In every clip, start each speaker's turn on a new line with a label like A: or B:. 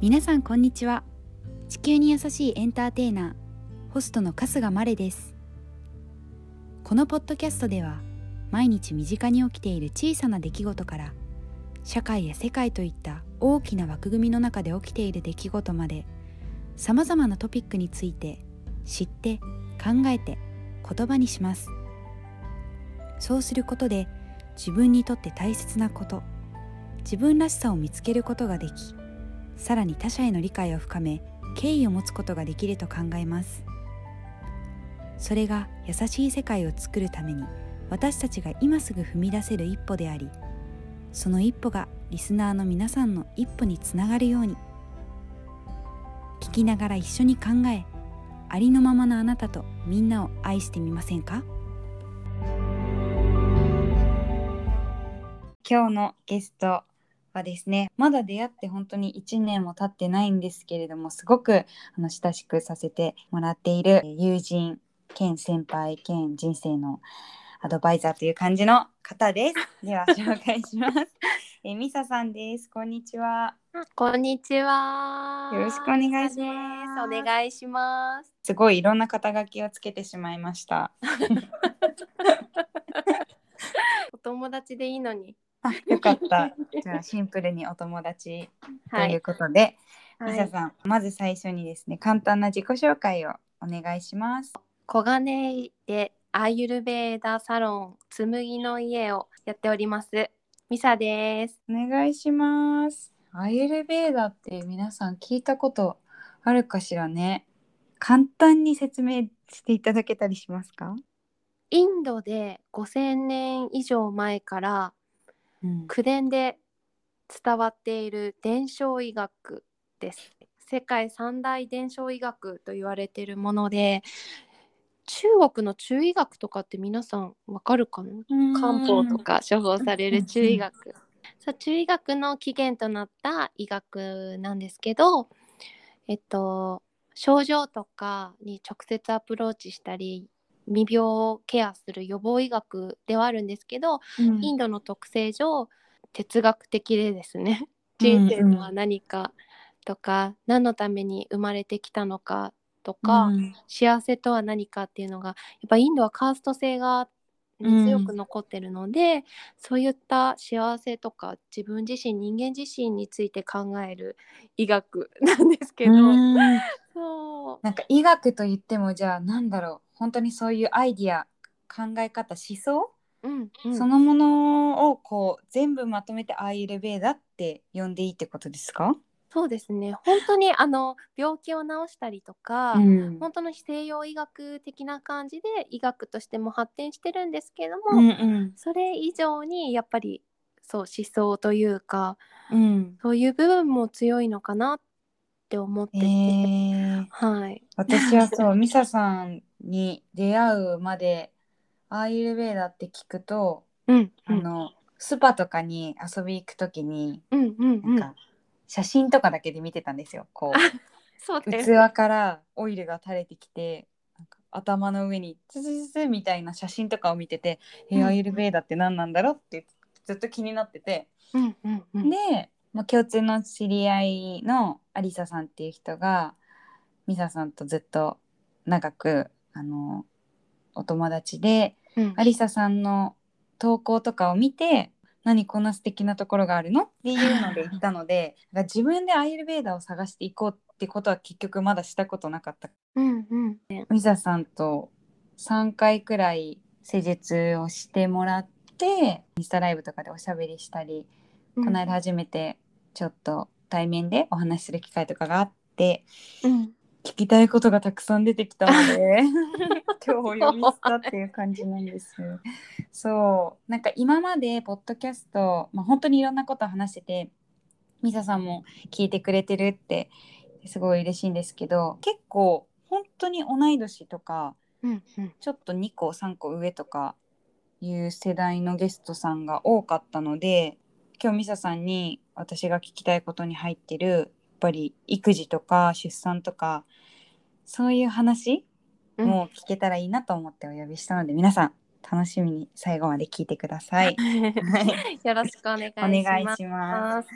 A: 皆さんこんにちは地球に優しいエンターテイナーホストの春日まれですこのポッドキャストでは毎日身近に起きている小さな出来事から社会や世界といった大きな枠組みの中で起きている出来事までさまざまなトピックについて知って考えて言葉にしますそうすることで自分にとって大切なこと自分らしさを見つけることができさらに他者への理解を深め敬意を持つことができると考えますそれが優しい世界を作るために私たちが今すぐ踏み出せる一歩でありその一歩がリスナーの皆さんの一歩につながるように聞きながら一緒に考えありのままのあなたとみんなを愛してみませんか今日のゲストはですねまだ出会って本当に1年も経ってないんですけれどもすごくあの親しくさせてもらっているえー友人兼先輩兼人生のアドバイザーという感じの方 です。では紹介します。えーミサさんです。こんにちは。
B: こんにちは。
A: よろしくお願いします
B: お願いします。
A: すごいいろんな肩書きをつけてしまいました。
B: お友達でいいのに。
A: あよか った。じゃあシンプルにお友達と。
B: はいいう
A: ことで、
B: は
A: ミサ
B: い、
A: さん、まず最初にですね、簡単な自己紹介をお願いします。
B: 小金井でアーユルベーダサロン紬の家をやっております。ミサです。
A: お願いします。アユルベーダって皆さん聞いたことあるかしらね。簡単に説明していただけたりしますか？
B: インドで5000年以上前から
A: うん
B: 口伝で伝わっている伝承医学です。世界三大伝承医学と言われているもので、中国の中医学とかって皆さんわかるかな？漢方と。か処方される中医学そう中医学の起源となった医学なんですけどえっと症状とかに直接アプローチしたり未病をケアする予防医学ではあるんですけど、
A: うん
B: インドの特性上哲学的でですね人生とは何かとか、何のために生まれてきたのかとか、
A: うん
B: 幸せとは何かっていうのがやっぱインドはカースト性が
A: うん
B: ね強く残ってるので、そういった幸せとか自分自身人間自身について考える医学なんですけど、
A: うん
B: そう
A: なんか医学と言ってもじゃあなんだろう本当にそういうアイディア考え方思想、
B: うんうん
A: そのものをこう全部まとめてアイルベーダって呼んでいいってことですか？
B: そうですね本当にあの病気を治したりとか、
A: ん
B: 本当の西洋医学的な感じで医学としても発展してるんですけども、
A: うんうん
B: それ以上にやっぱりそう思想というか、
A: うん。
B: そういう部分も強いのかなって思って
A: え
B: て、
A: ー、
B: はい。
A: 私はそうミサさんに出会うまでアーユルベーダって聞くと、
B: うん、う
A: あ
B: ん、
A: のスパとかに遊び行く時に
B: うん、うん、
A: なん
B: うん
A: か写真とかだけで見てたんですよこう
B: そうです。
A: 器からオイルが垂れてきてなんか頭の上にツツツツみたいな写真とかを見てて「
B: う
A: え
B: ん
A: アーユルベーダって何なんだろう?」ってずっと気になってて。
B: うん、うん、うん、
A: で、まあ、共通の知り合いのアリサさんっていう人がミサさんとずっと長くあのお友達で
B: うん
A: アリサさんの投稿とかを見て「何こんな素敵なところがあるの?」っていうので行ったので だから自分でアイルベーダーを探していこうってことは結局まだしたことなかった
B: うん、うん、ね
A: ミサさんと3回くらい施術をしてもらってインスタライブとかでおしゃべりしたり
B: うん
A: この間初めてちょっと対面でお話しする機会とかがあって
B: うん、
A: 聞きたいことがたくさん出てきたの で今日お呼びしたっていう感じなんですよ。そうなんか今までポッドキャスト、まあ、本当にいろんなことを話しててミサさんも聞いてくれてるってすごい嬉しいんですけど結構本当に同い年とか
B: うん、うん、
A: ちょっと2個3個上とかいう世代のゲストさんが多かったので今日ミサさんに私が聞きたいことに入ってるやっぱり育児とか出産とかそういう話
B: うん
A: も聞けたらいいなと思ってお呼びしたので、皆さん楽しみ に最後まで聞いてください。はい、
B: よろしくお願いし
A: お願い
B: ます。
A: します。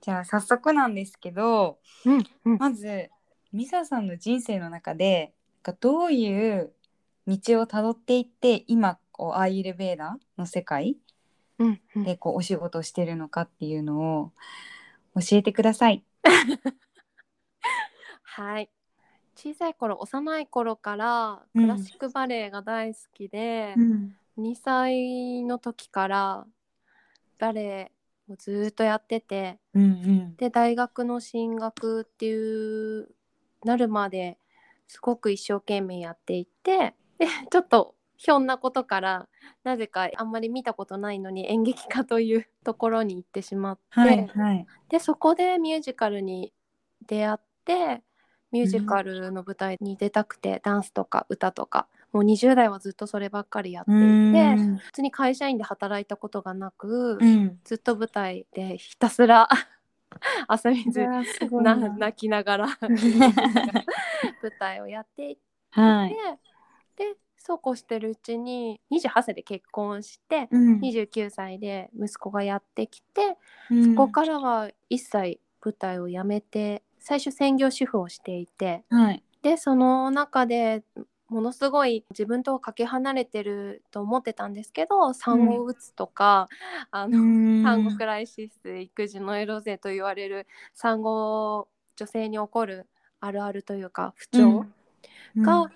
A: じゃあ早速なんですけど
B: うんうん
A: まずミサさんの人生の中でなんかどういう道をたどっていって今こうアーユルベーダの世界
B: うんうん
A: でこうお仕事をしてるのかっていうのを教えてください。
B: はい小さい頃幼い頃からクラシックバレエが大好きで、2歳の時からバレエをずーっとやってて
A: うんうん
B: で大学の進学っていうなるまですごく一生懸命やっていてでちょっとひょんなことからなぜかあんまり見たことないのに演劇家というところに行ってしまって、
A: はいはい。
B: でそこでミュージカルに出会ってミュージカルの舞台に出たくて、ダンスとか歌とかもう20代はずっとそればっかりやっていて
A: うん
B: 普通に会社員で働いたことがなく、
A: うん。
B: ずっと舞台でひたすら 汗水
A: わあすごい
B: な 泣きながら舞台をやっていて、
A: はい。
B: でそうこうしてるうちに28歳で結婚して
A: うん
B: 29歳で息子がやってきて、
A: うん
B: ここからは一切舞台をやめて最初専業主婦をしていて
A: はい。
B: でその中でものすごい自分とはかけ離れてると思ってたんですけど産後うつとか、あの産後クライシス育児のエロゼと言われる産後女性に起こるあるあるというか不調が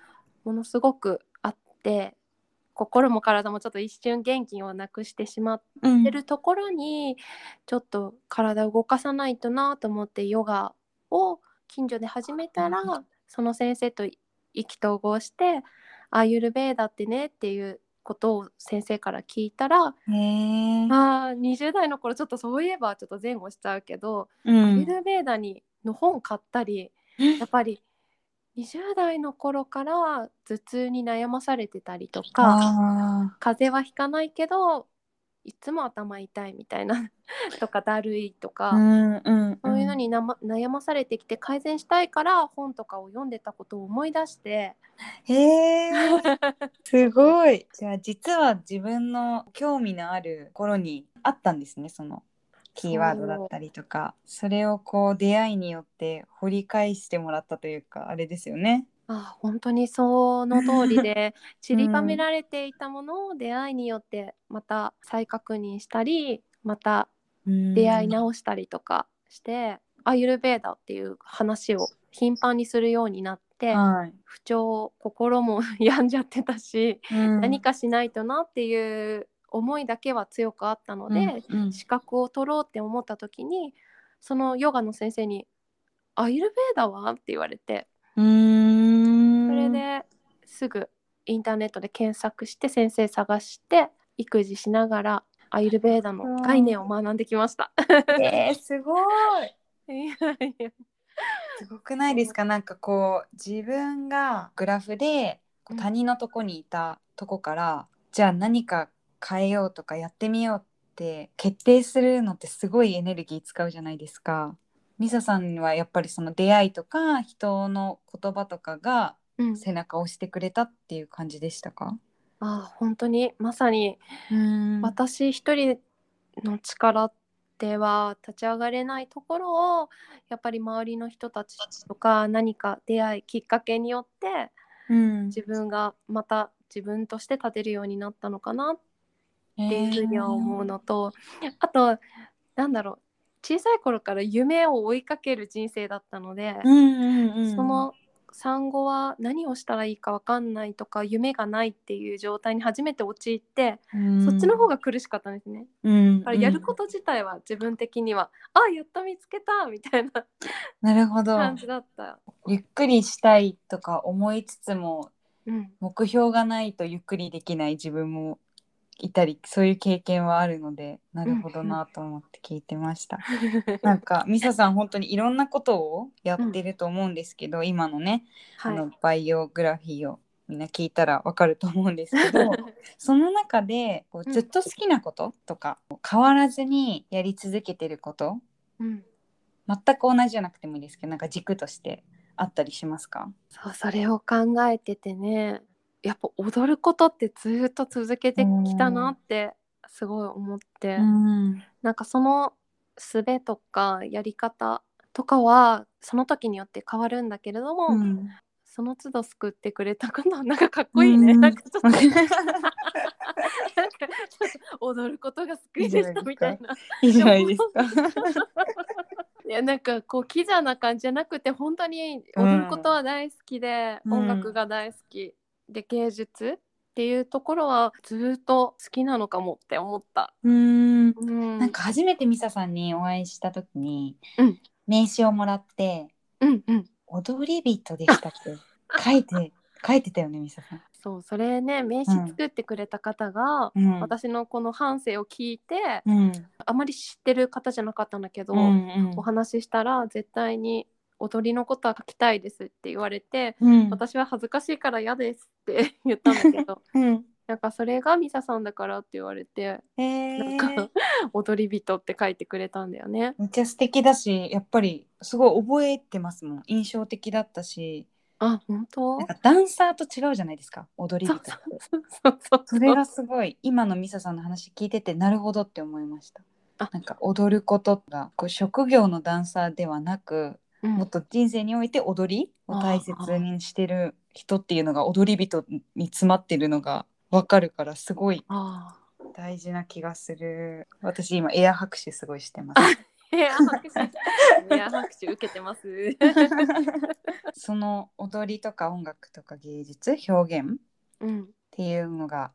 B: ものすごくあって、心も体もちょっと一瞬元気をなくしてしまっ
A: 出
B: てるところに、ちょっと体を動かさないとなと思ってヨガを近所で始めたら、
A: うん
B: その先生と意気投合してアーユルベーダってねっていうことを先生から聞いたら、
A: へえ。
B: あー20代の頃ちょっとそういえばちょっと前後しちゃうけど、
A: う
B: ア
A: ん
B: ユルベーダにの本買ったりやっぱり20代の頃から頭痛に悩まされてたりとか
A: あ
B: 風邪はひかないけどいつも頭痛いみたいな とかだるいとか、
A: ーうんうん。
B: そういうのになま悩まされてきて改善したいから本とかを読んでたことを思い 出して
A: へえ。すごい。じゃあ実は自分の興味のある頃にあったんですねそのキーワードだったりとかそれをこう出会いによって掘り返してもらったというかあれですよね。
B: あ本当にその通 りで散りばめられていたものを出会いによってまた再確認したりまた出
A: 出
B: 会い直したりとかして、アユルベーダっていう話を頻繁にするようになって、
A: はい。
B: 不調心も 病んじゃってたし、何
A: 何
B: かしないとなっていう思いだけは強くあったので、資格を取ろうって思った時にそのヨガの先生に「アユルベーダは?」って言われて
A: うん。
B: それですぐインターネットで検索して先生探して育児しながらアユルベーダの概念を学んできま した。
A: えーすごい。
B: いやいや
A: すごくないですかなんかこう自分がグラフでこう
B: うん
A: 他人のとこにいたとこから、じゃあ何か変えようとかやってみようって決定するのってすごいエネルギー使うじゃないですか。ミサさんはやっぱりその出会いとか人の言葉とかが
B: うん
A: 背中を押してくれたっていう感じでしたか
B: ああ本当にまさに
A: うん
B: 私一人の力では立ち上がれないところをやっぱり周りの人たちとか何か出会いきっかけによって
A: うん
B: 自分がまた自分として立てるようになったのかなっていうふうには思うのと、あとなんだろう小さい頃から夢を追いかける人生だったので、
A: うんうんうん、
B: その産後は何をしたらいいか分かんないとか夢がないっていう状態に初めて陥って、
A: うん、
B: そっちの方が苦しかったんですね。
A: うん、
B: だからやること自体は自分的には、あやっと見つけたみたいな
A: うんなるほど
B: 感じだった。
A: ゆっくりしたいとか思いつつも
B: うん、
A: 目標がないとゆっくりできない自分もいたりそういう経験はあるのでなるほどなと思って聞いてました。なんかミサさん本当にいろんなことをやってると思うんですけど、今のね、あ
B: は
A: のバイオグラフィーをみんな聞いたらわかると思うんですけど その中でこうずっと好きなこととか変わらずにやり続けてること
B: い、うん、
A: 全く同じじゃなくてもいいですけどなんか軸としてあったりしますか
B: そうそれを考えててねやっぱ踊ることってずっと続けてきたなってすごい思って、
A: ん
B: なんかその術とかやり方とかはその時によって変わるんだけれども、
A: うん
B: その都度救ってくれたかななんかかっこいいね、
A: うん
B: なんかち ょっとなんかちょっと踊ることが救いでしたみたいない
A: いじゃないですか。
B: いやなんかこうキザな感じじゃなくて本当に踊ることは大好きで、
A: うん
B: 音楽が大好きで芸術っていうところはずっと好きなのかもって思った。
A: うん。
B: うん、
A: なんか初めてミサさんにお会いした時に、
B: うん
A: 名刺をもらって
B: うんうん
A: 「踊り人でした」って書いて書いてたよねミサさん。
B: そうそれね名刺作ってくれた方が、
A: うん
B: 私のこの半生を聞いて
A: うん
B: あまり知ってる方じゃなかったんだけど、
A: うんうん
B: お話ししたら絶対に踊りのことは書きたいですって言われて、
A: うん
B: 私は恥ずかしいから嫌ですって 言ったんだ けど
A: うん
B: なんかそれがミサさんだからって言われて
A: え
B: なんか
A: ー、
B: 踊り人って書いてくれたんだよね。
A: めっちゃ素敵だしやっぱりすごい覚えてますもん印象的だったし
B: あ本当
A: なんかダンサーと違うじゃないですか踊り
B: そ
A: 人っ
B: う
A: て
B: そう そうそうそう
A: それがすごい今のミサさんの話聞いててなるほどって思いました
B: あ
A: なんか踊ることがこう職業のダンサーではなく
B: うん
A: もっと人生において踊りを大切にしてる人っていうのが踊り人に詰まってるのがわかるからすごい
B: あ
A: 大事な気がする私今エア拍手すごいしてます
B: ーエア拍 手エア拍手受けてます
A: その踊りとか音楽とか芸術表現っ
B: うん
A: ていうのが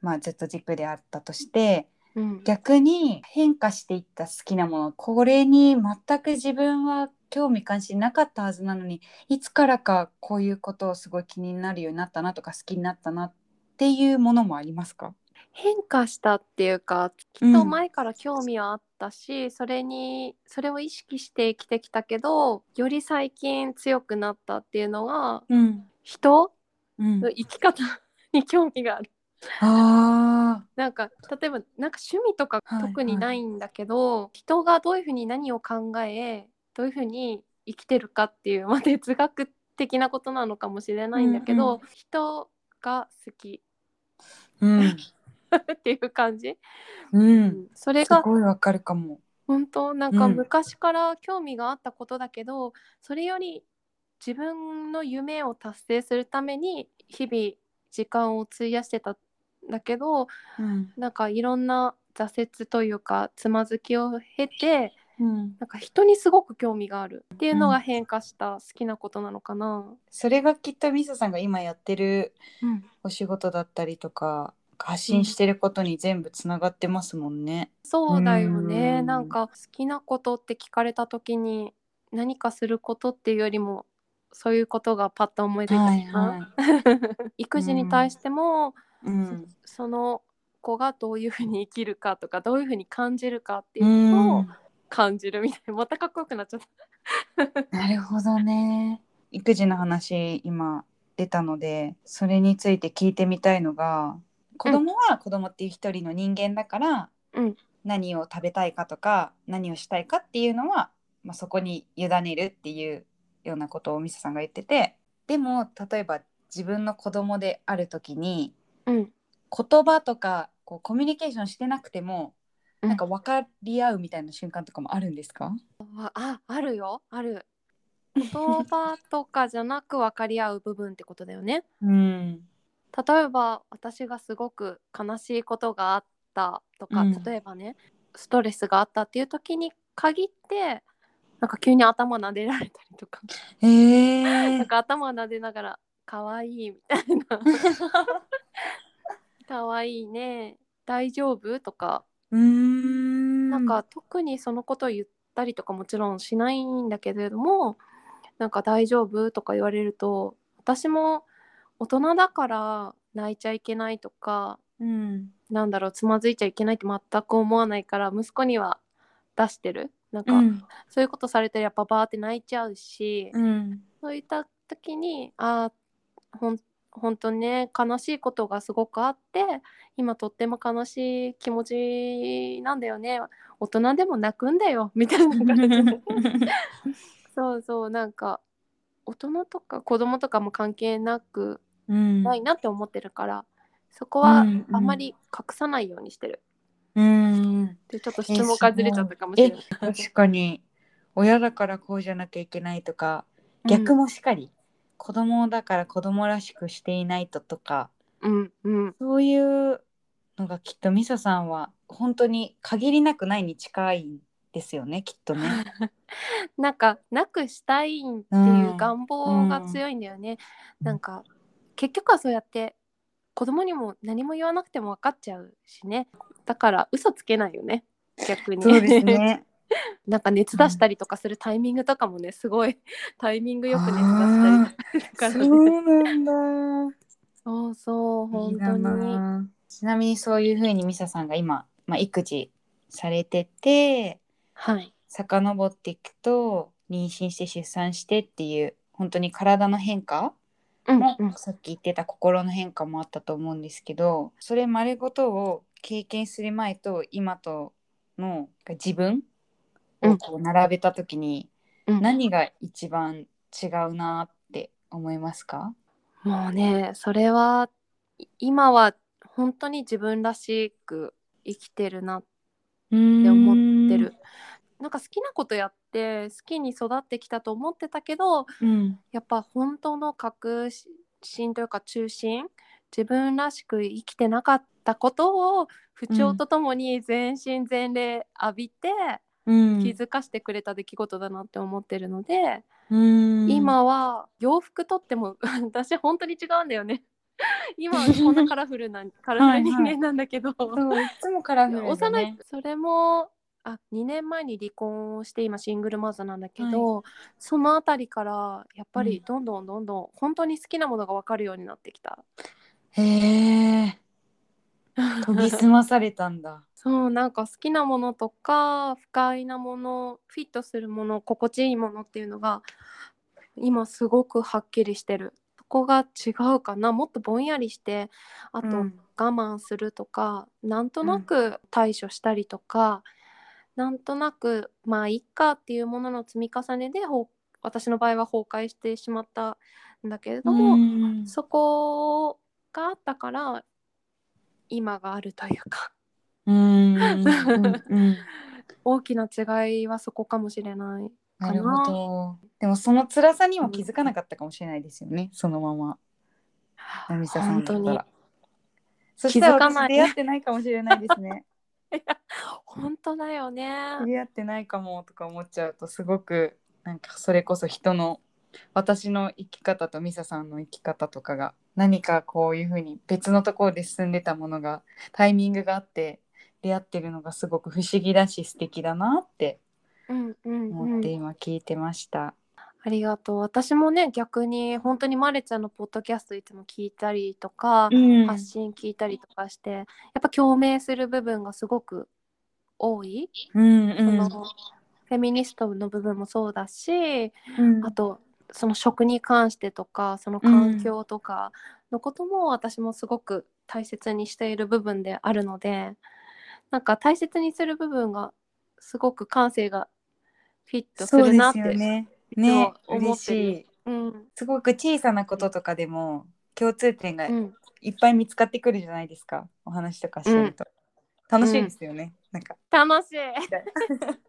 A: まあずっと軸であったとして
B: うん
A: 逆に変化していった好きなものこれに全く自分は興味関心なかったはずなのにいつからかこういうことをすごい気になるようになったなとか好きになったなっていうものもありますか
B: 変化したっていうかきっと前から興味はあったし、それにそれを意識して生きてきたけどより最近強くなったっていうのが
A: うん、
B: 人
A: うん
B: の、生き方 に興味がある。
A: あ
B: なんか例えばなんか趣味とか
A: はい
B: 特にないんだけど、人がどういうふうに何を考えどういうふうに生きてるかっていう、まあ、哲学的なことなのかもしれないんだけど、
A: う
B: 人が好き
A: うん、
B: っていう感じ、
A: うん、
B: それ
A: す
B: が
A: ごいわかるかも。
B: 本当なん
A: う
B: か
A: ん
B: 昔から興味があったことだけど、それより自分の夢を達成するために日々時間を費やしてたんだけど
A: うん、
B: なんかいろんな挫折というかつまずきを経て
A: うん、
B: なんか人にすごく興味があるっていうの
A: う
B: が
A: ん
B: 変化した好きなことなのかな。
A: それがきっとミサさんが今やってる
B: うん、
A: お仕事だったりとか発信してることに全部つながってますもんね。
B: そうだよ
A: う
B: ね
A: ん
B: なんか好きなことって聞かれた時に何かすることっていうよりもそういうことがパッと思いついたかな。
A: い。
B: 育児に対しても、
A: うん。
B: そその子がどういうふうに生きるかとかどういうふうに感じるかっていうのを感じるみたいなまたかっこよくなっちゃった。
A: なるほどね。育児の話今出たのでそれについて聞いてみたいのが子供は子供っていう一人の人間だから、
B: うん
A: 何を食べたいかとか何をしたいかっていうのは、まあ、そこに委ねるっていうようなことをミサさんが言っててでも例えば自分の子供である時に
B: うん
A: 言葉とかこうコミュニケーションしてなくても
B: うん
A: なんか分かり合うみたいな瞬間とかもあるんですか、
B: あああるよある。言葉とかじゃなく分かり合う部分ってことだよね。
A: うん
B: 例えば私がすごく悲しいことがあったとか、
A: うん
B: 例えばねストレスがあったっていう時に限ってなんか急に頭撫でられたりとか
A: えー
B: なんか頭撫でながら「かわいい」みたいな 「かわいいね大丈夫?」とか、
A: うーん
B: なんか特にそのことを言ったりとかもちろんしないんだけれども「なんか大丈夫?」とか言われると私も大人だから泣いちゃいけないとか
A: うん
B: なんだろうつまずいちゃいけないって全く思わないから息子には出してるなんか、
A: うん
B: そういうことされてやっぱバーって泣いちゃうし。
A: うん
B: そういった時にあーほん本当にね悲しいことがすごくあって今とっても悲しい気持ちなんだよね大人でも泣くんだよみたいな感 じでそうそうなんか大人とか子供とかも関係なく
A: うん
B: ないなって思ってるからそこ
A: う
B: は
A: んうん
B: あまり隠さないようにしてる。
A: うん
B: でちょっと質問がずれちゃったかもしれない。
A: 確かに親だからこうじゃなきゃいけないとか逆もしかり、子供だから子供らしくしていないととか
B: うんうん
A: そういうのがきっとみささんは本当に限りなくないに近いんですよねきっとね。
B: なんかなくしたいっていう願望が強いんだよね。
A: うん
B: なんか結局はそうやって子供にも何も言わなくても分かっちゃうしね。だから嘘つけないよね。逆 に。
A: そうですね。
B: なんか熱出したりとかするタイミングとかもね、すごいタイミングよく熱出したりとか
A: そ
B: するからね。
A: うなんだ。
B: そうそう、
A: いい
B: 本
A: な
B: 当に。
A: あちなみにそういうふうにミサさんが今、まあ、育児されてて
B: はい。
A: 遡っていくと妊娠して出産してっていう本当に体の変化
B: うん
A: も、
B: うん
A: さっき言ってた心の変化もあったと思うんですけどそれ丸ごとを経験する前と今との自分をこう並べた時に、
B: うん
A: 何が一番違うなって思いますか、
B: もうねそれはい今は本当に自分らしく生きてるなっ
A: うん
B: て思ってる。なんか好きなことやって好きに育ってきたと思ってたけど
A: うん
B: やっぱ本当の核心というか中心自分らしく生きてなかったことを不調とともに全身全霊浴びて
A: うん
B: 気づかせてくれた出来事だなって思ってるので、
A: 今
B: 今は洋服とっても 私本当に違うんだ よね今はこんなカラフルなカラフル人間なんだけど
A: そういつもカラフルで、ね、
B: 幼いそれもあ2年前に離婚をして今シングルマザーなんだけど、そのあたりからやっぱり
A: うん
B: どんどんどんどん本当に好きなものが分かるようになってきた。
A: へえ研ぎ澄まされたんだ
B: そうなんか好きなものとか不快なものフィットするもの心地いいものっていうのが今すごくはっきりしてるそこが違うかなもっとぼんやりしてあと
A: う
B: 我
A: ん
B: 慢するとか、なんとなく対処したりとか、なんとなくまあいっかっていうものの積み重ねでほう私の場合は崩壊してしまったんだけれども、
A: うん
B: そこがあったから今があるというか。
A: うんうん うん
B: 大きな違いはそこかもしれない。
A: なるほどでもその辛さにも気づかなかったかもしれないですよね、そのまま波下さんだっ
B: 本
A: た
B: 当に
A: らそしたら
B: 気づか
A: 私
B: ない
A: 出会ってないかもしれないですね
B: 本当だよね。
A: 出会ってないかもとか思っちゃうとすごくなんかそれこそ人の私の生き方とミサさんの生き方とかが何かこういうふうに別のところで進んでたものがタイミングがあって出会ってるのがすごく不思議だし素敵だなって
B: うんうん
A: 思
B: う
A: って
B: ん。
A: 今聞いてました。
B: ありがとう。私もね逆に本当にマレちゃんのポッドキャストいつも聞いたりとか、
A: うん
B: 発信聞いたりとかして、やっぱ共鳴する部分がすごく多い。
A: うんう
B: そ
A: ん
B: のフェミニストの部分もそうだし、
A: うん
B: あとその食に関してとかその環境とかのことも私もすごく大切にしている部分であるのでなんか大切にする部分がすごく感性がフィットす
A: そう
B: る
A: で
B: なっ
A: す
B: て
A: よね。
B: つも
A: ね
B: 思
A: 嬉
B: っ
A: して
B: る
A: い。
B: うん
A: すごく小さなこととかでも共通点が
B: うん、
A: いっぱい見つかってくるじゃないですかお話とかしてると、楽しいですよね、なんか
B: 楽しい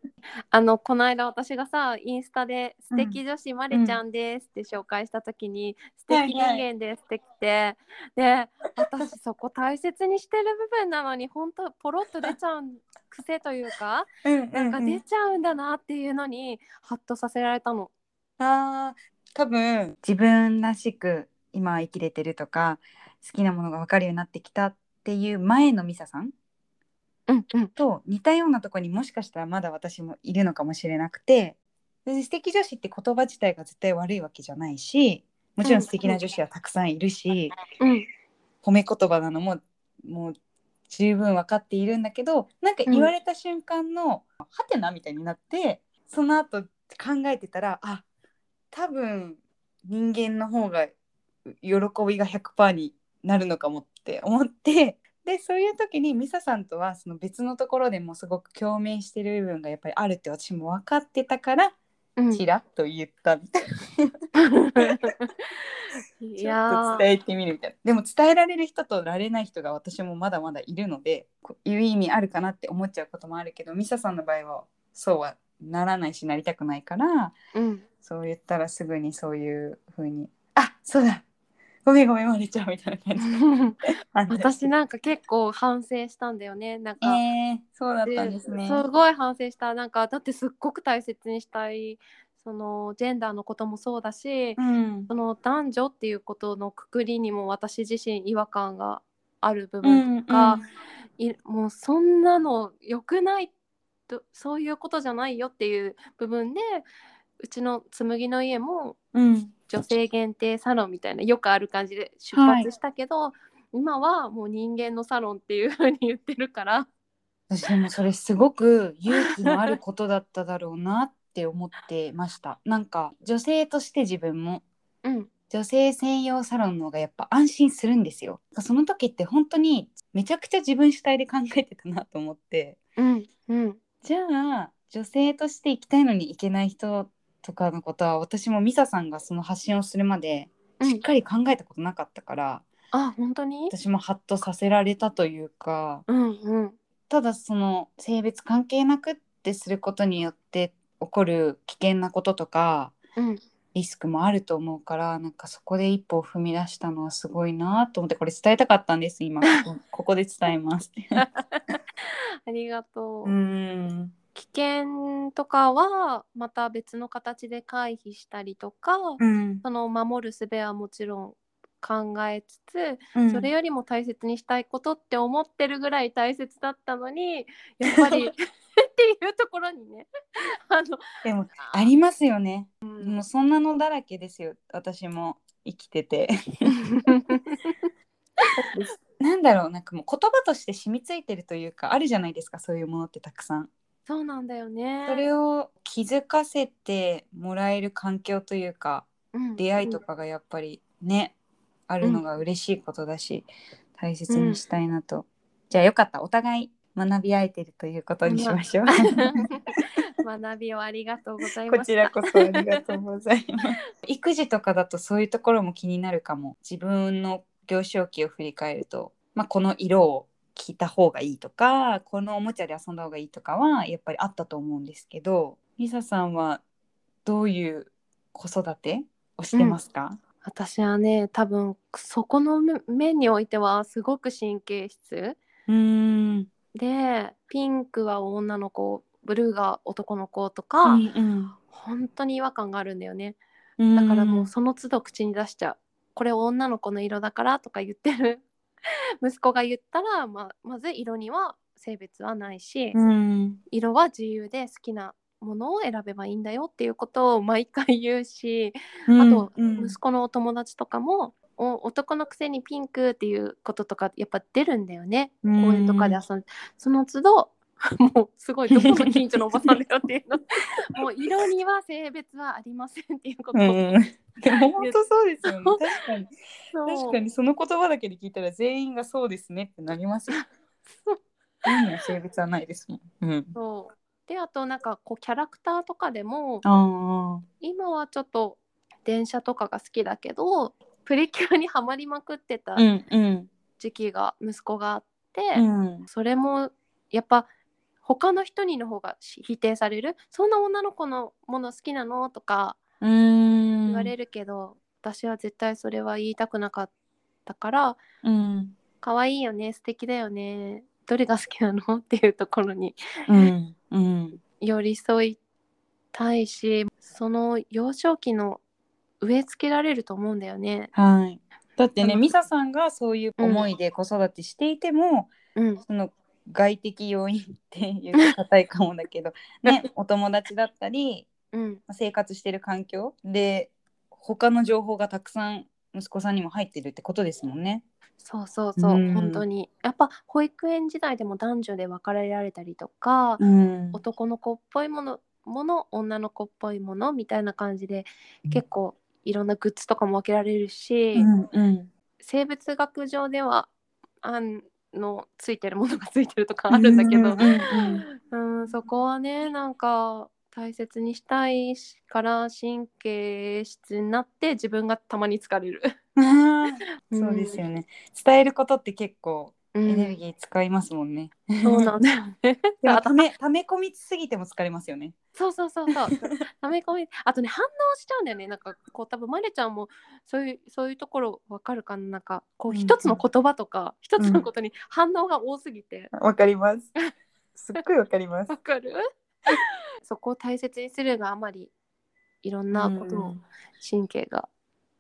B: あのこの間私がさインスタで「素敵女子まりちゃんです」って紹介した時に「素敵人間です」って来てで私そこ大切にしてる部分なのに本当ポロッと出ちゃう癖というか
A: な
B: なんか出ちゃうんだなっていうのにハッとさせられたの。
A: あー多分自分らしく今生きれてるとか好きなものが分かるようになってきたっていう前のミサさん
B: うんうん
A: と似たようなとこにもしかしたらまだ私もいるのかもしれなくてで素敵女子って言葉自体が絶対悪いわけじゃないしもちろん素敵な女子はたくさんいるし、
B: うん
A: 褒め言葉なのももう十分分かっているんだけどなんか言われた瞬間の、ハテナみたいになってその後考えてたらあ多分人間の方が喜びが100%になるのかもって思ってでそういう時にミサさんとはその別のところでもすごく共鳴してる部分がやっぱりあるって私も分かってたから
B: うん
A: ちらっと言ったみたいな、
B: い
A: ちょ
B: や
A: っと伝えてみるみたいなでも伝えられる人とられない人が私もまだまだいるのでこういう意味あるかなって思っちゃうこともあるけどミサさんの場合はそうはならないしなりたくないから
B: ーうん
A: そう言ったらすぐにそういう風に「あそうだごめんごめんまれちゃう」みたいな感 じあの
B: 私なんか結構反省したんだよねなん
A: え
B: か、
A: ー、そうだったんですね。
B: すごい反省したなんかだってすっごく大切にしたいそのジェンダーのこともそうだし、
A: うん
B: その男女っていうことのくくりにも私自身違和感がある部
A: う
B: 分
A: ん
B: とか、いもうそんなの良くないとそういうことじゃないよっていう部分でうちの紬の家も
A: うん
B: 女性限定サロンみたいなよくある感じで出発したけど、今はもう人間のサロンっていう風に言ってるから
A: 私でもそれすごく勇気のあることだっただろうなって思ってました。なんか女性として自分も
B: うん
A: 女性専用サロンの方がやっぱ安心するんですよ。その時って本当にめちゃくちゃ自分主体で考えてたなと思って。
B: うんうん
A: じゃあ女性として行きたいのに行けない人とかのことは私もミサさんがその発信をするまで
B: う
A: しっ
B: ん
A: かり考えたことなかったから、
B: あ本当に
A: 私もハッとさせられたというか
B: うんうん
A: ただその性別関係なくってすることによって起こる危険なこととか
B: うん
A: リスクもあると思うからなんかそこで一歩を踏み出したのはすごいなと思ってこれ伝えたかったんです 今こここで伝えます。
B: ありがと
A: う
B: う、
A: ん
B: 危険とかはまた別の形で回避したりとか、
A: うん
B: その守る術はもちろん考えつつ、それよりも大切にしたいことって思ってるぐらい大切だったの にやっぱり っていうところにね あ の
A: でもありますよね。
B: うん
A: もうそんなのだらけですよ私も生きててなんだろうなんかもう言葉として染みついてるというかあるじゃないですかそういうものってたくさん
B: そうなんだよね。
A: それを気づかせてもらえる環境というか
B: うん
A: 出会いとかがやっぱりね、あるのが嬉しいことだし大切にしたいなと、じゃあよかったお互い学び合えてるということにしましょう、
B: うん学びをありがとうございました。
A: こちらこそありがとうございます。 育児とかだとそういうところも気になるかも。自分の幼少期を振り返ると、まあ、この色を着た方がいいとか、このおもちゃで遊んだ方がいいとかはやっぱりあったと思うんですけど、ミサさんはどういう子育てをしてますか？
B: 私はね多分そこの面面においてはすごく神経質
A: うーん、
B: でピンクは女の子ブルーが男の子と
A: う
B: か、
A: ん
B: 本当に違和感があるんだよね
A: うん、
B: だからもうその都度口に出しちゃうこれ女の子の色だからとか言ってる 息子が言ったら、まあまず色には性別はないし、
A: うん、
B: 色は自由で好きなものを選べばいいんだよっていうことを毎回言うし、あと
A: うん
B: 息子のお友達とかも、お男のくせにピンクっていうこととかやっぱ出るんだよね公
A: うん
B: 園とかで遊んでその都度 もうすごいどこの近所のおばさんだよっていうの もう色には性別はありませんっていうこと
A: う
B: を、
A: んうん、でも本当そうですよ ね。確かに。
B: そう
A: 確かにその言葉だけで聞いたら全員がそうですねってなり ますよ。全員の性別はないですもん。うん。
B: そうであとなんかこうキャラクターとかでも
A: あ
B: 今はちょっと電車とかが好きだけどプリキュアにはまりまくってた
A: うんうん
B: 時期が息子があって、
A: うん
B: それもやっぱ他の人にの方がし否定されるそんな女の子のもの好きなのとか
A: うん。
B: 言われるけど、私は絶対それは言いたくなかったから
A: うん
B: 可愛いよね素敵だよねどれが好きなのっていうところに
A: うんうん
B: 寄り添いたいしその幼少期の植え付けられると思うんだよね。
A: はい。だってね
B: うん
A: ミサさんがそういう思いで子育てしていても、
B: うん、
A: その外的要因っていうと硬いかもだ けどねお友達だったり
B: うん、
A: 生活してる環境で他の情報がたくさん息子さんにも入ってるってことですもんね。
B: そうそうそう、
A: うん
B: 本当にやっぱ保育園時代でも男女で分かれられたりとか、
A: うん
B: 男の子っぽいものもの女の子っぽいものみたいな感じで結構いろんなグッズとかも分けられるし、
A: うんうん
B: 生物学上ではあんのついてるものがついてるとかあるんだけど、
A: うんうん
B: うんそこはねなんか大切にしたいから神経質になって自分がたまに疲れる。
A: そうですよね。伝えることって結構
B: う
A: エ
B: ん。
A: ネルギー使いますもんね。
B: そうなんだよね。
A: でもため溜め込みすぎても疲れますよね。
B: そうそうそうそう。溜め込み、あとね、反応しちゃうんだよね。なんか、こう、多分まれちゃんも、そういう、そういうところ、わかるかな。なんか、こう、
A: うんうん
B: 一つの言葉とか、一つのことに反応が多すぎて。
A: わかり ます。すっごいわかります
B: わ。かる。そこを大切にするがあまり。いろんなこと
A: う
B: を
A: ん
B: 神経が。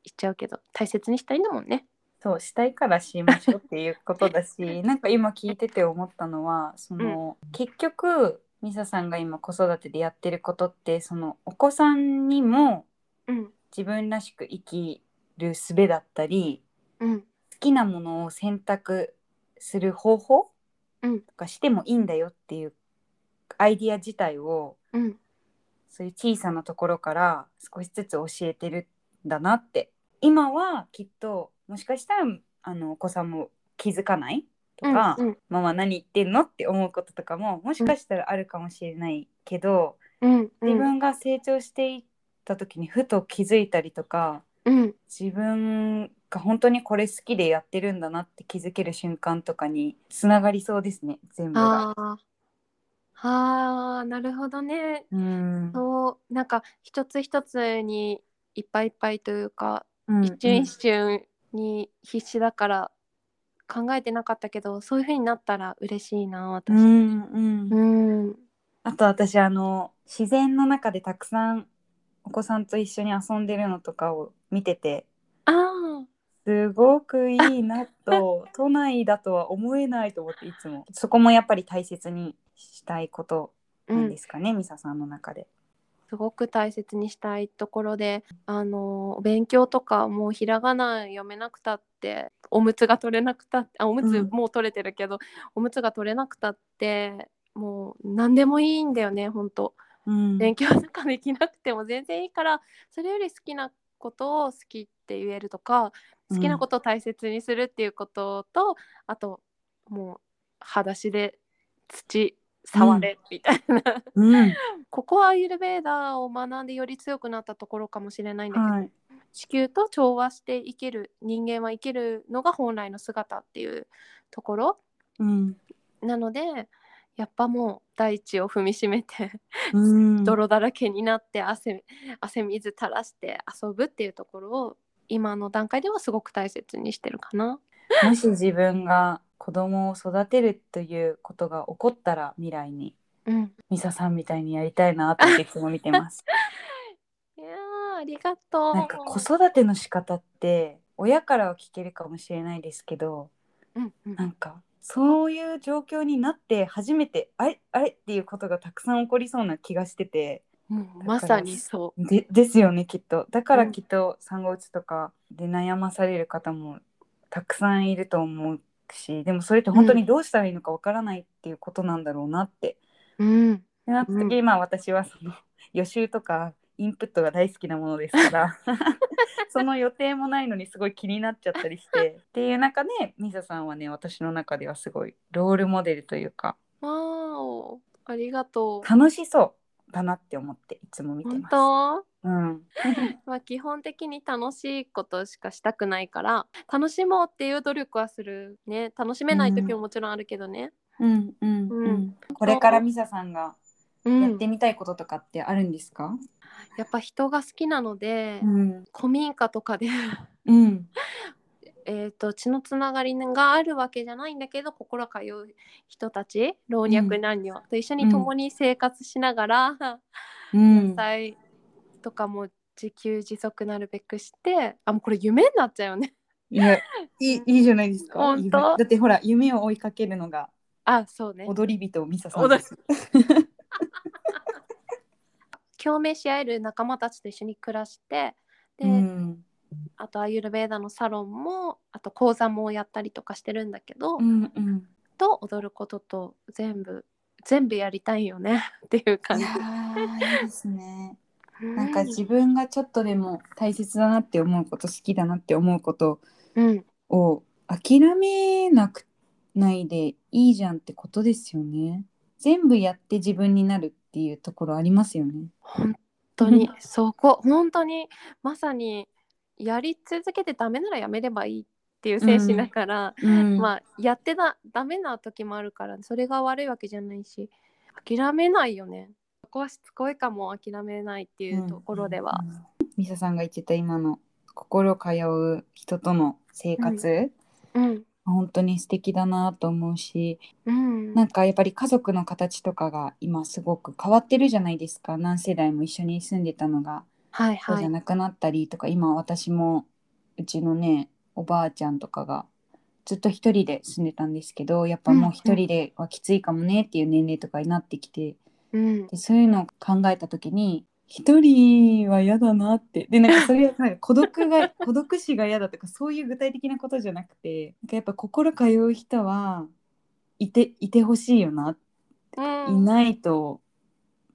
B: いっちゃうけど、大切にしたいんだもんね。
A: そうしたいからしましょうっていうことだ しなんか今聞いてて思ったのはその、結局ミサさんが今子育てでやってることってそのお子さんにも
B: うん。
A: 自分らしく生きる術だったり
B: うん。
A: 好きなものを選択する方法
B: うん
A: とかしてもいいんだよっていうアイディア自体を
B: うん。
A: そういう小さなところから少しずつ教えてるんだなって今はきっともしかしたらあのお子さんも気づかないとか、
B: うん。
A: ママ何言ってんのって思うこととかももしかしたらあるかもしれないけど、
B: うん。
A: 自分が成長していった時にふと気づいたりとか
B: うん。
A: 自分が本当にこれ好きでやってるんだなって気づける瞬間とかにつながりそうですね全部が。
B: ああ。ああ、なるほどね。
A: うん
B: そうなんか一つ一つにいっぱいいっぱいというか、
A: うん
B: 一瞬一瞬に必死だから考えてなかったけどそういう風になったら嬉しいな
A: う
B: 私。
A: んうん
B: うん、
A: あと私あの自然の中でたくさんお子さんと一緒に遊んでるのとかを見てて
B: ああ
A: すごくいいな と都内だとは思えないと思っていつもそこもやっぱり大切にしたいこと
B: う
A: なん
B: ん
A: で、すかね、ミサさんの中で。
B: すごく大切にしたいところであのお勉強とかもうひらがな読めなくたっておむつが取れなくたってあおむ
A: う
B: つ
A: ん
B: もう取れてるけど、おむつが取れなくたってもう何でもいいんだよね本当
A: うん
B: 勉強なんかできなくても全然いいからそれより好きなことを好きって言えるとか
A: うん
B: 好きなことを大切にするっていうことと、あともう裸足で土触れみたいな、
A: うん
B: ここはアーユルベーダーを学んでより強くなったところかもしれないんだけど、
A: はい
B: 地球と調和して生きる人間は生きるのが本来の姿っていうところ
A: うん
B: なのでやっぱもう大地を踏みしめて
A: うん
B: 泥だらけになって汗汗水垂らして遊ぶっていうところを今の段階ではすごく大切にしてるかな。
A: もし自分が子供を育てるということが起こったら未来に
B: うん、
A: ミサさんみたいにやりたいなっていつも見てます。
B: いやーありがとう。
A: なんか子育ての仕方って親からは聞けるかもしれないですけど
B: うんうん
A: なんかそういう状況になって初めてあれあれっていうことがたくさん起こりそうな気がしてて
B: もうまさにそ
A: でですよねきっとだから
B: うん
A: きっと産後うつとかで悩まされる方もたくさんいると思うしでもそれって本当にどうしたらいいのかわからないっていうことなんだろうなって。
B: う。うん、
A: でなった時、
B: うん
A: 今私はその 予習とかインプットが大好きなものですから その予定もないのにすごい気になっちゃったりしてっていう中でミサさんはね私の中ではすごいロールモデルというか
B: わーおありがとう。
A: 楽しそうだなって思っていつも見て
B: 本
A: ます。
B: 当
A: うん、
B: まあ基本的に楽しいことしかしたくないから楽しもうっていう努力はするね楽しめない時ももちろんあるけどね。
A: うんうん
B: う
A: これからミサさんが
B: うん
A: やってみたいこととかってあるんですか、
B: やっぱ人が好きなので、
A: ん
B: 古民家とかで
A: うん
B: えー、と血のつながりがあるわけじゃないんだけど心通う人たち老若男女と一緒に共に生活しながら、
A: うん
B: 野菜とかも自給自足なるべくしてあもうこれ夢になっちゃうよね
A: いやいいいいじゃないですか
B: 本当
A: 夢だってほら夢を追いかけるのが
B: あそうね
A: 踊り人ミサさんです
B: 共鳴し合える仲間たちと一緒に暮らしてで、
A: うん
B: あとアーユルベーダのサロンもあと講座もやったりとかしてるんだけど、
A: うんうん
B: と踊ることと全部全部やりたいよね っていう感
A: い
B: じ
A: や。ーいいですね。なんか
B: うん
A: 自分がちょっとでも大切だなって思うこと好きだなって思うこと
B: うん
A: を諦めなくないでいいじゃんってことですよね。全部やって自分になるっていうところありますよね。
B: 本当に そこ本当にまさにやり続けてダメならやめればいいっていう精神だから、
A: うん
B: まあやってなダメな時もあるからそれが悪いわけじゃないし諦めないよねそこはしつこいかも諦めないっていうところでは、
A: うんうんうん。ミサさんが言ってた今の心通う人との生活、
B: うん
A: 本当に素敵だなと思うし、
B: うん
A: なんかやっぱり家族の形とかが今すごく変わってるじゃないですか。何世代も一緒に住んでたのが
B: はい
A: そう
B: は
A: じゃ
B: い
A: なくなったりとか、今私もうちのねおばあちゃんとかがずっと一人で住んでたんですけどやっぱもう一人ではきついかもねっていう年齢とかになってきて、
B: うん
A: でそういうのを考えた時に一人は嫌だなってでなんかそれ はなんか孤独が孤独死が嫌だとかそういう具体的なことじゃなくてなんかやっぱ心通う人はいていてほしいよな、
B: う
A: い
B: ん
A: ないと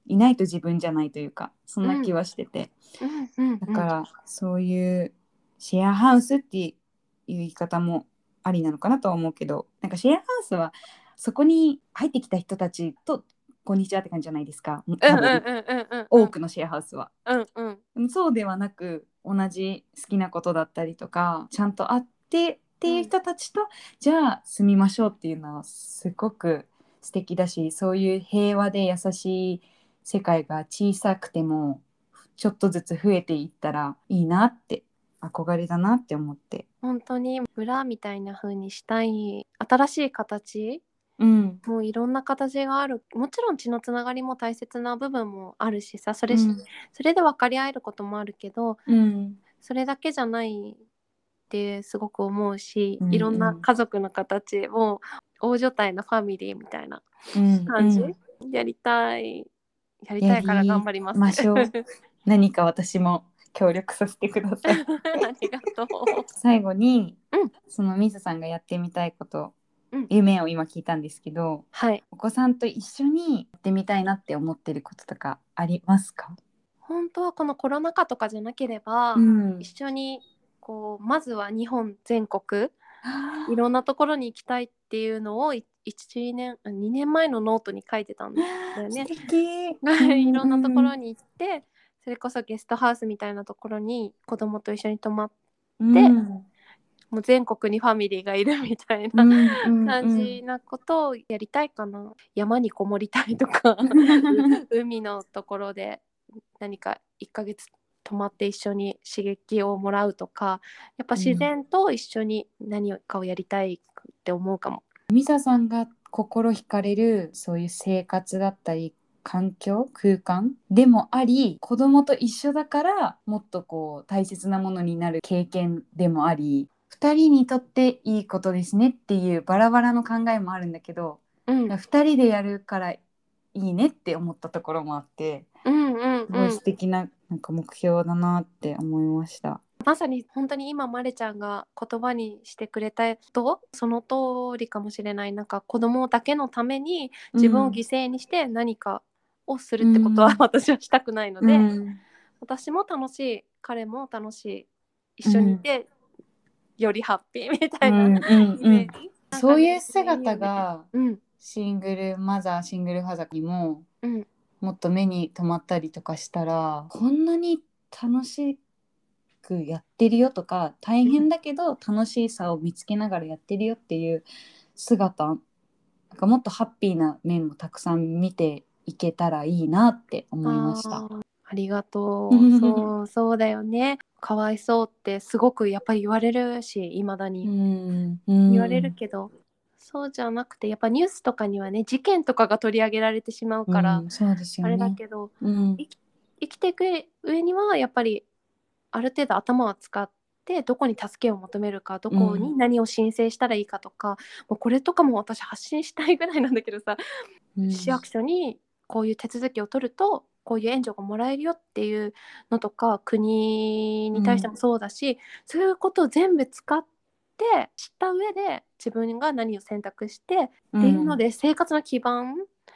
A: いないと自分じゃないというかそんな気はしてて、
B: うん
A: だから、そういうシェアハウスっていう言い方もありなのかなとは思うけどなんかシェアハウスはそこに入ってきた人たちとこんにちはって感じじゃないですか。
B: うん
A: 多
B: うん
A: 分
B: うんうんうん
A: 多くのシェアハウスは。
B: うんうん
A: そうではなく同じ好きなことだったりとかちゃんと会ってっていう人たちと、じゃあ住みましょうっていうのはすごく素敵だしそういう平和で優しい世界が小さくてもちょっとずつ増えていったらいいなって憧れだなって思って。
B: 本当に村みたいな風にしたい新しい形
A: うん
B: もういろんな形があるもちろん血のつながりも大切な部分もあるしさそれ,、それで分かり合えることもあるけど
A: うん
B: それだけじゃないってすごく思うし、
A: うんうん
B: いろんな家族の形を大所帯のファミリーみたいな
A: うん
B: 感じ、
A: うん
B: やりたいやりたいから頑張ります。
A: ましょう
B: あ
A: 何か私も協力させてください。
B: りがとう。
A: 最後に、
B: うん
A: そのミサさんがやってみたいこと、
B: うん
A: 夢を今聞いたんですけど
B: はい
A: お子さんと一緒にやってみたいなって思ってることとかありますか、
B: 本当はこのコロナ禍とかじゃなければ、
A: ん
B: 一緒にこうまずは日本全国 いろんなところに行きたいっていうのをい1年2年前のノートに書いてたんだよ
A: 素
B: ね。
A: 敵
B: いろんなところに行ってそれこそゲストハウスみたいなところに子供と一緒に泊まっ
A: に
B: 行もう全国にファミリーがいるみたいな感じなことをやりたいかな。山にこもりたいと か海のところで何か1ヶ月泊まって一緒に刺激をもらうとかやっぱ自然と一緒に何かをやりたいって思うかも。
A: ミサさんが心惹かれるそういう生活だったり環境空間でもあり子供と一緒だからもっとこう大切なものになる経験でもあり2人にとっていいことですねっていうバラバラの考えもあるんだけど
B: うん、うん
A: 2人でやるからいいねって思ったところもあって
B: うん
A: すご
B: う
A: い
B: ん
A: 素敵ななんか目標だなって思いました。
B: まさに本当に今まれちゃんが言葉にしてくれたとその通りかもしれないなんか子供だけのために自分を犠牲にして何かをするってこと
A: う
B: は
A: ん
B: 私はしたくないの
A: う
B: で、
A: ん
B: 私も楽しい彼も楽しい一緒にいて、よりハッピーみたいな、
A: うんうん
B: イ
A: う
B: メー
A: ん
B: ジ、
A: そういう姿が
B: うん
A: シングルマザーシングルファザーにも
B: うん
A: もっと目に留まったりとかしたらこんなに楽しくやってるよとか大変だけど楽しさを見つけながらやってるよっていう姿なんかもっとハッピーな面もたくさん見ていけたらいいなって思いました。
B: あーありがとうそうそうだよねかわいそうってすごくやっぱり言われるしいまだに。
A: 言
B: 言われるけど、そうじゃなくてやっぱニュースとかにはね事件とかが取り上げられてしまうから、
A: そうですよ
B: あ
A: ね
B: れだけど
A: うん
B: 生きていく上にはやっぱりある程度頭を使ってどこに助けを求めるかどこに何を申請したらいいかとか、もうこれとかも私発信したいぐらいなんだけどさ、
A: うん
B: 市役所にこういう手続きを取るとこういう援助がもらえるよっていうのとか国に対してもそうだし、そういうことを全部使って知った上で自分が何を選択してっていうので、生活の基盤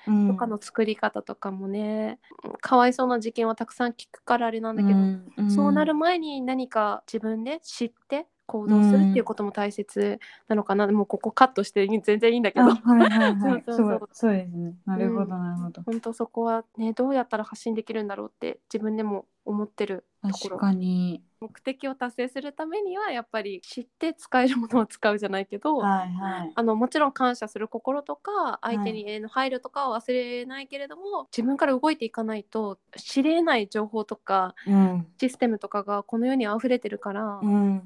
A: うん
B: とかの作り方とかもね、かわいそうな事件はたくさん聞くからあれなんだけど、
A: うん
B: そうなる前に何か自分で知って行動するっていうことも大切なのかな、もうここカットして全然いいんだけ
A: あ
B: ど
A: はいはいはい
B: そ
A: そ
B: うそううそう
A: そうですねなるほどなるほど、
B: 本当そこはねどうやったら発信できるんだろうって自分でも思ってるとこ
A: 確
B: ろ
A: かに
B: 目的を達成するためにはやっぱり知って使えるものを使うじゃないけど、
A: はいはい
B: あのもちろん感謝する心とか
A: い
B: 相手にの配慮とかは忘れないけれども、自分から動いていかないと知れない情報とか
A: うん
B: システムとかがこの世に溢れてるから、
A: うん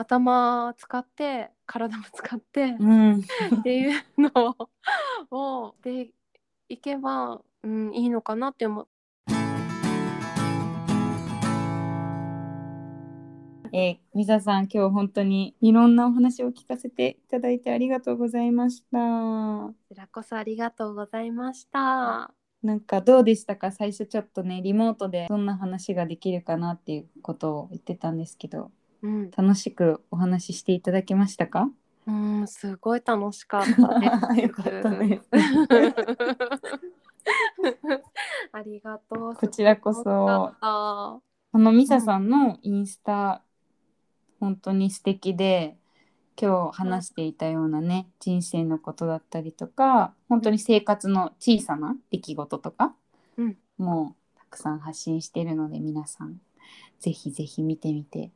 B: 頭使って体も使って
A: うん
B: っていうのををでいけば、うん、いいのかなって思う。
A: えー、ミサさん今日本当にいろんなお話を聞かせていただいてありがとうございました
B: こちらこそありがとうございました。
A: なんかどうでしたか最初ちょっとねリモートでどんな話ができるかなっていうことを言ってたんですけど
B: うん、
A: 楽しくお話ししていただけましたか。
B: うん、すごい楽しかったね
A: よかったね
B: ありがとう。
A: こちらこ
B: すごか
A: そ
B: った
A: あのミサさんのインスタ、本当に素敵で今日話していたようなね人生のことだったりとか本当に生活の小さな出来事とか、
B: うん
A: もうたくさん発信してるので皆さんぜひぜひ見てみて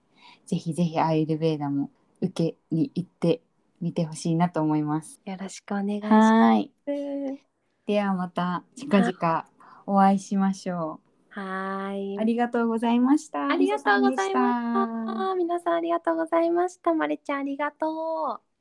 A: ぜひぜひアイルベーダも受けに行ってみてほしいなと思います。
B: よろしくお願いします。
A: はいではまた近々お会いしましょ
B: はー
A: う。
B: い。
A: ありがとうございました。
B: ありがとうござ
A: ミサさん
B: い
A: でし
B: ました。皆さんありがとうございました。まれちゃんありがとう。